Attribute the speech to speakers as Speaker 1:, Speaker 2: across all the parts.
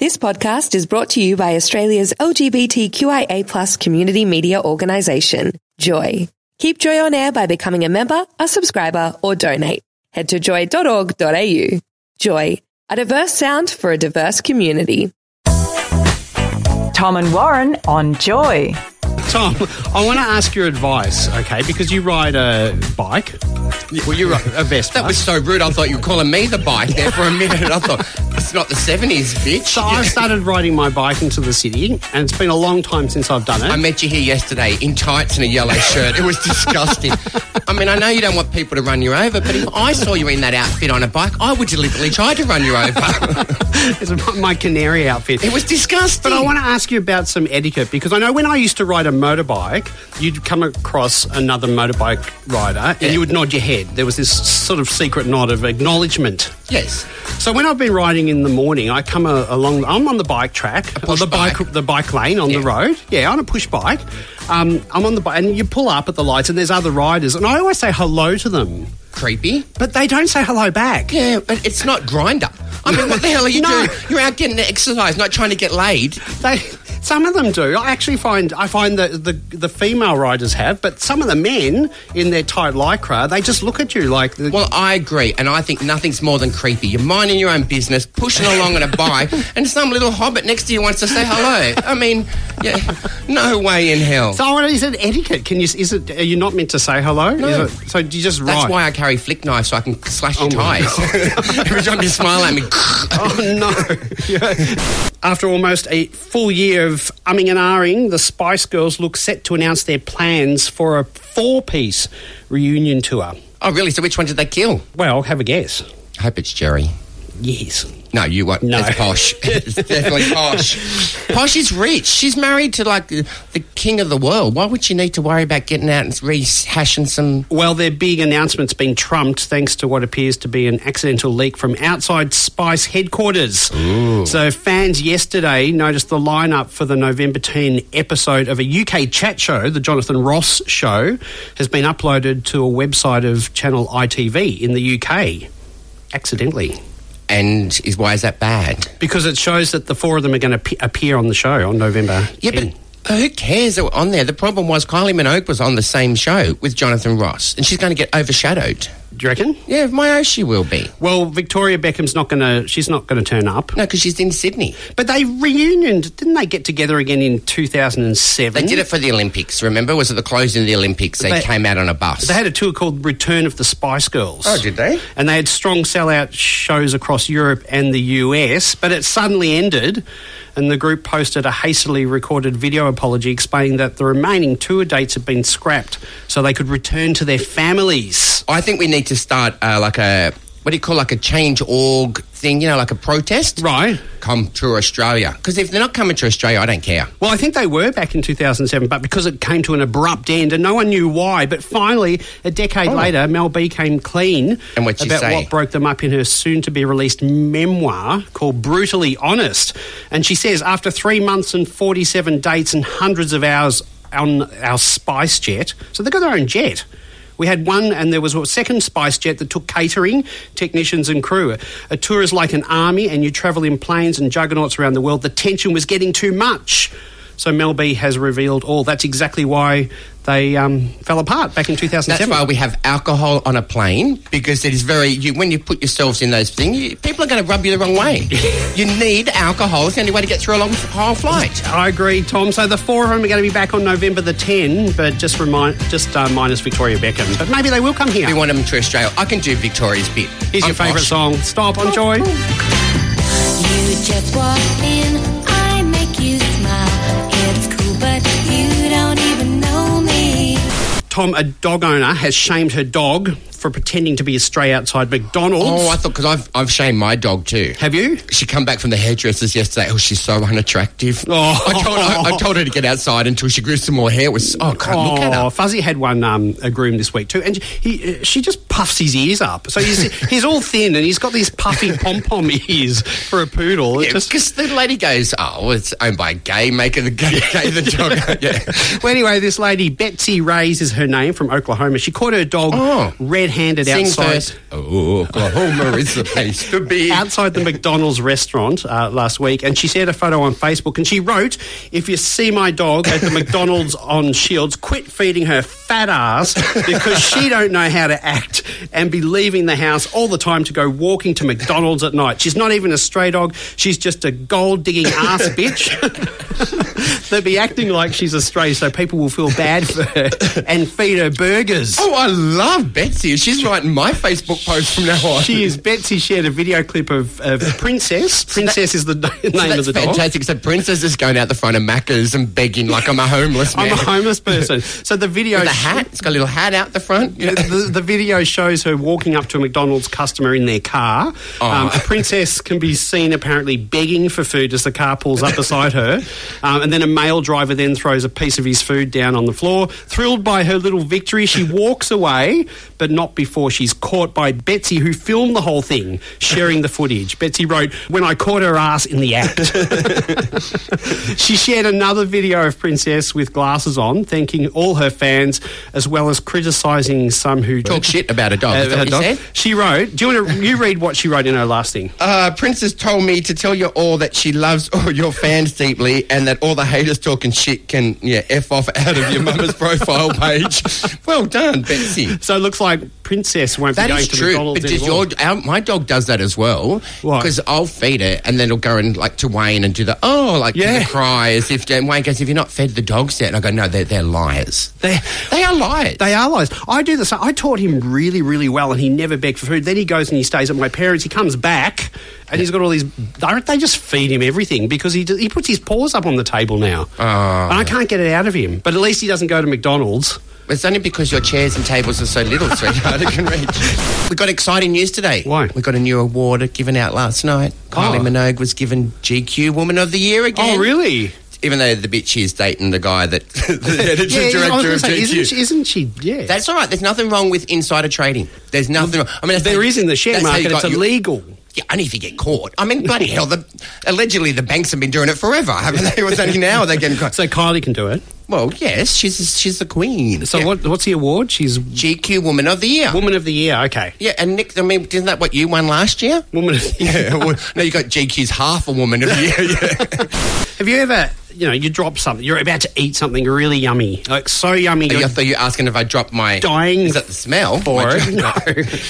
Speaker 1: This podcast is brought to you by Australia's LGBTQIA community media organisation, Joy. Keep Joy on air by becoming a member, a subscriber, or donate. Head to joy.org.au. Joy, a diverse sound for a diverse community.
Speaker 2: Tom and Warren on Joy.
Speaker 3: Tom, I want to ask your advice, okay? Because you ride a bike. Well, you ride a Vespa.
Speaker 4: That was so rude. I thought you were calling me the bike there for a minute. I thought, it's not the 70s, bitch.
Speaker 3: so I started riding my bike into the city, and it's been a long time since I've done it.
Speaker 4: I met you here yesterday in tights and a yellow shirt. It was disgusting. I mean, I know you don't want people to run you over, but if I saw you in that outfit on a bike, I would deliberately try to run you over.
Speaker 3: it's my- my canary outfit.
Speaker 4: It was disgusting.
Speaker 3: But I want to ask you about some etiquette because I know when I used to ride a motorbike, you'd come across another motorbike rider and
Speaker 4: Yeah.
Speaker 3: you would nod your head. There was this sort of secret nod of acknowledgement.
Speaker 4: Yes.
Speaker 3: So when I've been riding in the morning, I come a, along. I'm on the bike track, or
Speaker 4: push
Speaker 3: the bike.
Speaker 4: bike.
Speaker 3: the bike lane on the
Speaker 4: Yeah.
Speaker 3: road. Yeah, on a push bike. Um, I'm on the bike, and you pull up at the lights, and there's other riders, and I always say hello to them,
Speaker 4: Creepy.
Speaker 3: but they don't say hello back.
Speaker 4: Yeah, but it's not grinder. I mean, what the hell are you
Speaker 3: No.
Speaker 4: doing? You're out getting the exercise, not trying to get laid.
Speaker 3: They, some of them do. I actually find I find that the the female riders have, but some of the men in their tight lycra, they just look at you like. The,
Speaker 4: Well, I agree, and I think nothing's more than creepy. You're minding your own business, pushing along on a bike, and some little hobbit next to you wants to say hello. I mean, yeah, no way in hell.
Speaker 3: so what is it etiquette? Can you is it are you not meant to say hello? No. Is it, so do you just
Speaker 4: That's
Speaker 3: ride?
Speaker 4: why I carry flick knives so I can slash your
Speaker 3: Oh my
Speaker 4: ties. Every time you smile at me,
Speaker 3: Oh no! Yeah. After almost a full year of umming and ahhing, the Spice Girls look set to announce their plans for a four-piece reunion tour.
Speaker 4: oh really? So which one did they kill?
Speaker 3: Well, have a guess.
Speaker 4: I hope it's Jerry.
Speaker 3: Yes.
Speaker 4: No, you won't.
Speaker 3: No.
Speaker 4: It's posh. it's definitely posh. Posh is rich. She's married to like the the king of the world. Why would she need to worry about getting out and rehashing some?
Speaker 3: Well, their big announcement's been trumped thanks to what appears to be an accidental leak from outside Spice headquarters. So, fans yesterday noticed the lineup for the November 10 episode of a UK chat show, The Jonathan Ross Show, has been uploaded to a website of Channel ITV in the UK. Accidentally.
Speaker 4: And is why is that bad?
Speaker 3: Because it shows that the four of them are going to appear on the show on November.
Speaker 4: Yeah,
Speaker 3: 10.
Speaker 4: but Uh, who cares that we're on there? The problem was Kylie Minogue was on the same show with Jonathan Ross, and she's going to get overshadowed.
Speaker 3: Do you reckon?
Speaker 4: Yeah, of my own, she will be.
Speaker 3: Well, Victoria Beckham's not going to, she's not going to turn up.
Speaker 4: No, because she's in Sydney.
Speaker 3: But they reunioned, didn't they get together again in 2007?
Speaker 4: They did it for the Olympics. Remember, was it the closing of the Olympics? They,
Speaker 3: They-
Speaker 4: came out on a bus.
Speaker 3: They had a tour called Return of the Spice Girls.
Speaker 4: Oh, did they?
Speaker 3: And they had strong sellout shows across Europe and the US, but it suddenly ended, and the group posted a hastily recorded video apology explaining that the remaining tour dates had been scrapped so they could return to their families.
Speaker 4: I think we need to start uh, like a what do you call like a change org thing? You know, like a protest.
Speaker 3: Right.
Speaker 4: Come to Australia because if they're not coming to Australia, I don't care.
Speaker 3: Well, I think they were back in 2007, but because it came to an abrupt end and no one knew why, but finally, a decade later, Mel B came clean
Speaker 4: Oh. And what'd she
Speaker 3: about
Speaker 4: say?
Speaker 3: what broke them up in her soon to be released memoir called Brutally Honest. And she says, after three months and 47 dates and hundreds of hours on our spice jet, so they've got their own jet. We had one, and there was a second spice jet that took catering, technicians, and crew. A tour is like an army, and you travel in planes and juggernauts around the world. The tension was getting too much. So Mel B has revealed all. That's exactly why they um, fell apart back in 2007.
Speaker 4: That's why we have alcohol on a plane because it is very. You, when you put yourselves in those things, you, people are going to rub you the wrong way. you need alcohol. It's the only way to get through a long whole flight.
Speaker 3: I agree, Tom. So the four of them are going to be back on November the 10, but just remind, just uh, minus Victoria Beckham. But maybe they will come here.
Speaker 4: We want them to Australia. I can do Victoria's bit.
Speaker 3: Here's
Speaker 4: I'm
Speaker 3: your favourite
Speaker 4: posh.
Speaker 3: song. Stop on Joy.
Speaker 5: You just walk in, I make you smile. It's cool, but you don't even know me.
Speaker 3: Tom, a dog owner, has shamed her dog for pretending to be a stray outside McDonald's.
Speaker 4: Oh, I thought because I've I've shamed my dog too.
Speaker 3: Have you?
Speaker 4: She come back from the hairdressers yesterday. Oh, she's so unattractive.
Speaker 3: Oh.
Speaker 4: I told her I, told her to get outside until she grew some more hair. It was oh, I can't look at
Speaker 3: Oh,
Speaker 4: her.
Speaker 3: Fuzzy had one um, a groom this week too, and he uh, she just puffs his ears up. So he's he's all thin, and he's got these puffy pom pom ears for a poodle. It just-
Speaker 4: Because the lady goes, oh, it's owned by a gay, making the gay, gay the dog. yeah.
Speaker 3: Well, anyway, this lady, Betsy Rays is her name from Oklahoma. She caught her dog
Speaker 4: Oh.
Speaker 3: red handed
Speaker 4: Sing
Speaker 3: outside.
Speaker 4: first. oh, Oklahoma is the place to be.
Speaker 3: outside the McDonald's restaurant uh, last week, and she shared a photo on Facebook, and she wrote, "If you see my dog at the McDonald's on Shields, quit feeding her fat ass because she don't know how to act and be leaving the house all the time to go walking to McDonald's at night. She's not even a stray dog; she's just a gold digging ass bitch." They'll be acting like she's a stray, so people will feel bad for her and feed her burgers.
Speaker 4: Oh, I love Betsy. She's writing my Facebook post from now on.
Speaker 3: She is Betsy shared a video clip of, of Princess. Princess is the name
Speaker 4: So
Speaker 3: of
Speaker 4: that's
Speaker 3: the dog.
Speaker 4: fantastic. So Princess is going out the front of Macca's and begging like I'm a homeless man.
Speaker 3: I'm a homeless person. So the video
Speaker 4: With a hat. It's got a little hat out the front.
Speaker 3: The, the- the video shows her walking up to a McDonald's customer in their car. Um, a princess can be seen apparently begging for food as the car pulls up beside her. Um, and then a male driver then throws a piece of his food down on the floor. Thrilled by her little victory, she walks away, but not before she's caught by Betsy, who filmed the whole thing, sharing the footage. Betsy wrote, When I caught her ass in the act. She shared another video of Princess with glasses on, thanking all her fans, as well as criticising some who
Speaker 4: Talk shit about a dog.
Speaker 3: Uh,
Speaker 4: Is that what you
Speaker 3: dog.
Speaker 4: said?
Speaker 3: She wrote. Do you want to? You read what she wrote in her last thing.
Speaker 4: Uh, Princess told me to tell you all that she loves all your fans deeply and that all the haters talking shit can, yeah, F off out of your mama's profile page. Well done, Betsy.
Speaker 3: So it looks like Princess won't
Speaker 4: That
Speaker 3: be going
Speaker 4: is
Speaker 3: to
Speaker 4: true.
Speaker 3: McDonald's
Speaker 4: But does
Speaker 3: anymore.
Speaker 4: your, our, my dog does that as well.
Speaker 3: Why?
Speaker 4: Because I'll feed it and then it'll go and like to Wayne and do the, oh, like do
Speaker 3: Yeah.
Speaker 4: the cry as if, and Wayne goes, if you're not fed the dogs yet. And I go, no, they're, they're liars.
Speaker 3: They-
Speaker 4: they are liars.
Speaker 3: They are lies. I do the same. I taught him really, really well, and he never begged for food. Then he goes and he stays at my parents. He comes back, and he's got all these. Don't they just feed him everything because he d- he puts his paws up on the table now, and I can't get it out of him. But at least he doesn't go to McDonald's.
Speaker 4: It's only because your chairs and tables are so little, sweetheart, it can reach. We got exciting news today.
Speaker 3: Why?
Speaker 4: We got a new award given out last night. Kylie Minogue was given GQ Woman of the Year again.
Speaker 3: Oh, really?
Speaker 4: Even though the bitch is dating the guy that the editor
Speaker 3: Yeah, yeah, I was
Speaker 4: director
Speaker 3: gonna
Speaker 4: of
Speaker 3: say,
Speaker 4: GQ.
Speaker 3: isn't she, isn't she? Yeah.
Speaker 4: That's all right. There's nothing wrong with insider trading. There's nothing wrong. I mean,
Speaker 3: there is in the share
Speaker 4: that's how you
Speaker 3: market.
Speaker 4: got
Speaker 3: It's
Speaker 4: your-
Speaker 3: illegal.
Speaker 4: Yeah, only if you get caught. I mean, bloody hell! The, allegedly, the banks have been doing it forever, haven't they? It was only now they're getting caught.
Speaker 3: So Kylie can do it.
Speaker 4: Well, yes, she's she's the queen.
Speaker 3: So
Speaker 4: Yeah.
Speaker 3: what, what's the award? She's
Speaker 4: GQ Woman of the Year.
Speaker 3: Woman of the Year. Okay.
Speaker 4: Yeah, and Nick, I mean, isn't that what you won last year?
Speaker 3: Woman of the Year.
Speaker 4: Yeah, well, no, you got GQ's half a woman of the year. Yeah.
Speaker 3: Have you ever, you know, you drop something, you're about to eat something really yummy, like so yummy,
Speaker 4: I
Speaker 3: you're
Speaker 4: thought you were asking if I dropped my.
Speaker 3: dying
Speaker 4: Is that the smell?
Speaker 3: for
Speaker 4: My-
Speaker 3: it. No,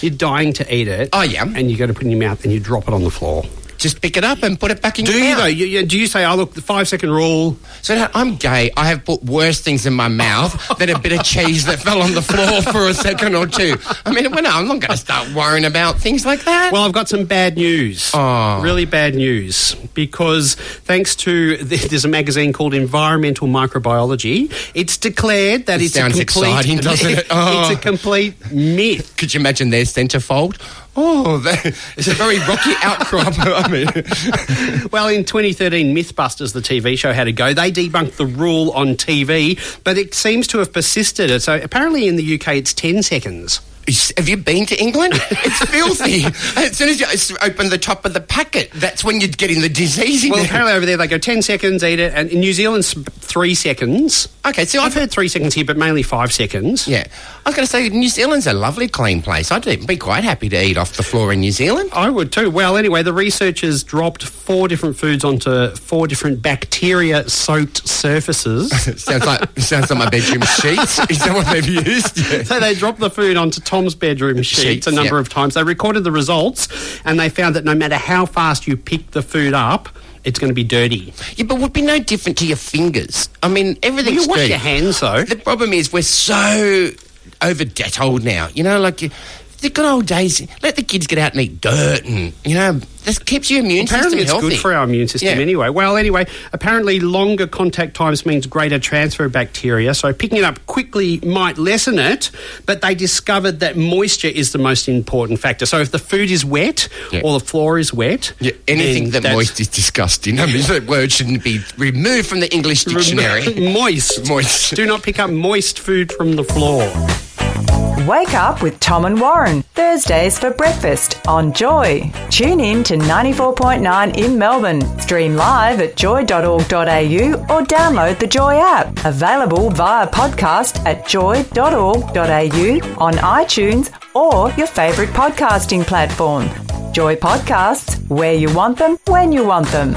Speaker 3: you're dying to eat it.
Speaker 4: Oh, yeah.
Speaker 3: And you go to put it in your mouth and you drop it on the floor.
Speaker 4: Just pick it up and put it back in
Speaker 3: Do
Speaker 4: your
Speaker 3: you
Speaker 4: mouth.
Speaker 3: though? You, you, do you say, "Oh look, the five second rule"?
Speaker 4: So now, I'm gay. I have put worse things in my mouth than a bit of cheese that fell on the floor for a second or two. I mean, well, no, I'm not going to start worrying about things like that.
Speaker 3: Well, I've got some bad news.
Speaker 4: Oh.
Speaker 3: Really bad news. Because thanks to there's a magazine called Environmental Microbiology, it's declared that
Speaker 4: It
Speaker 3: it's
Speaker 4: sounds
Speaker 3: a complete,
Speaker 4: exciting, doesn't it? Oh.
Speaker 3: It's a complete myth.
Speaker 4: could you imagine their centrefold? Oh, that, it's a very rocky outcrop. I mean,
Speaker 3: Well, in 2013, Mythbusters, the TV show, had a go. They debunked the rule on TV, but it seems to have persisted. So apparently in the UK, it's 10 seconds.
Speaker 4: Is- Have you been to England? It's filthy. as soon as you s- open the top of the packet, that's when you're getting the disease in
Speaker 3: Well,
Speaker 4: there.
Speaker 3: apparently over there, they go 10 seconds, eat it. And in New Zealand, s- three seconds.
Speaker 4: Okay, so
Speaker 3: I've heard three seconds here, but mainly five seconds.
Speaker 4: Yeah. I was going to say, New Zealand's a lovely, clean place. I'd be quite happy to eat off the floor in New Zealand.
Speaker 3: I would too. Well, anyway, the researchers dropped four different foods onto four different bacteria soaked surfaces.
Speaker 4: sounds like sounds like my bedroom sheets. Is that what they've used? Yeah.
Speaker 3: so they dropped the food onto Tom's bedroom sheets,
Speaker 4: Sheets,
Speaker 3: a number
Speaker 4: yeah.
Speaker 3: of times. They recorded the results and they found that no matter how fast you pick the food up, it's going to be dirty.
Speaker 4: Yeah, but would be no different to your fingers. I mean, everything's
Speaker 3: You wash
Speaker 4: dirty.
Speaker 3: your hands, though.
Speaker 4: The problem is we're so over debt old now. You know, like you, the good old days. Let the kids get out and eat dirt, and you know, this keeps your immune
Speaker 3: Apparently,
Speaker 4: system
Speaker 3: it's
Speaker 4: healthy.
Speaker 3: good for our immune system
Speaker 4: Yeah.
Speaker 3: anyway. Well, anyway, apparently, longer contact times means greater transfer of bacteria, so picking it up quickly might lessen it. But they discovered that moisture is the most important factor. So, if the food is wet
Speaker 4: Yeah.
Speaker 3: or the floor is wet,
Speaker 4: Yeah, anything
Speaker 3: then
Speaker 4: that
Speaker 3: that's-
Speaker 4: moist is disgusting. I mean, that word shouldn't be removed from the English dictionary.
Speaker 3: moist,
Speaker 4: Moist.
Speaker 3: Do not pick up moist food from the floor.
Speaker 2: Wake up with Tom and Warren, Thursdays for breakfast on Joy. Tune in to 94.9 in Melbourne. Stream live at joy.org.au or download the Joy app. Available via podcast at joy.org.au on iTunes or your favourite podcasting platform. Joy Podcasts, where you want them, when you want them.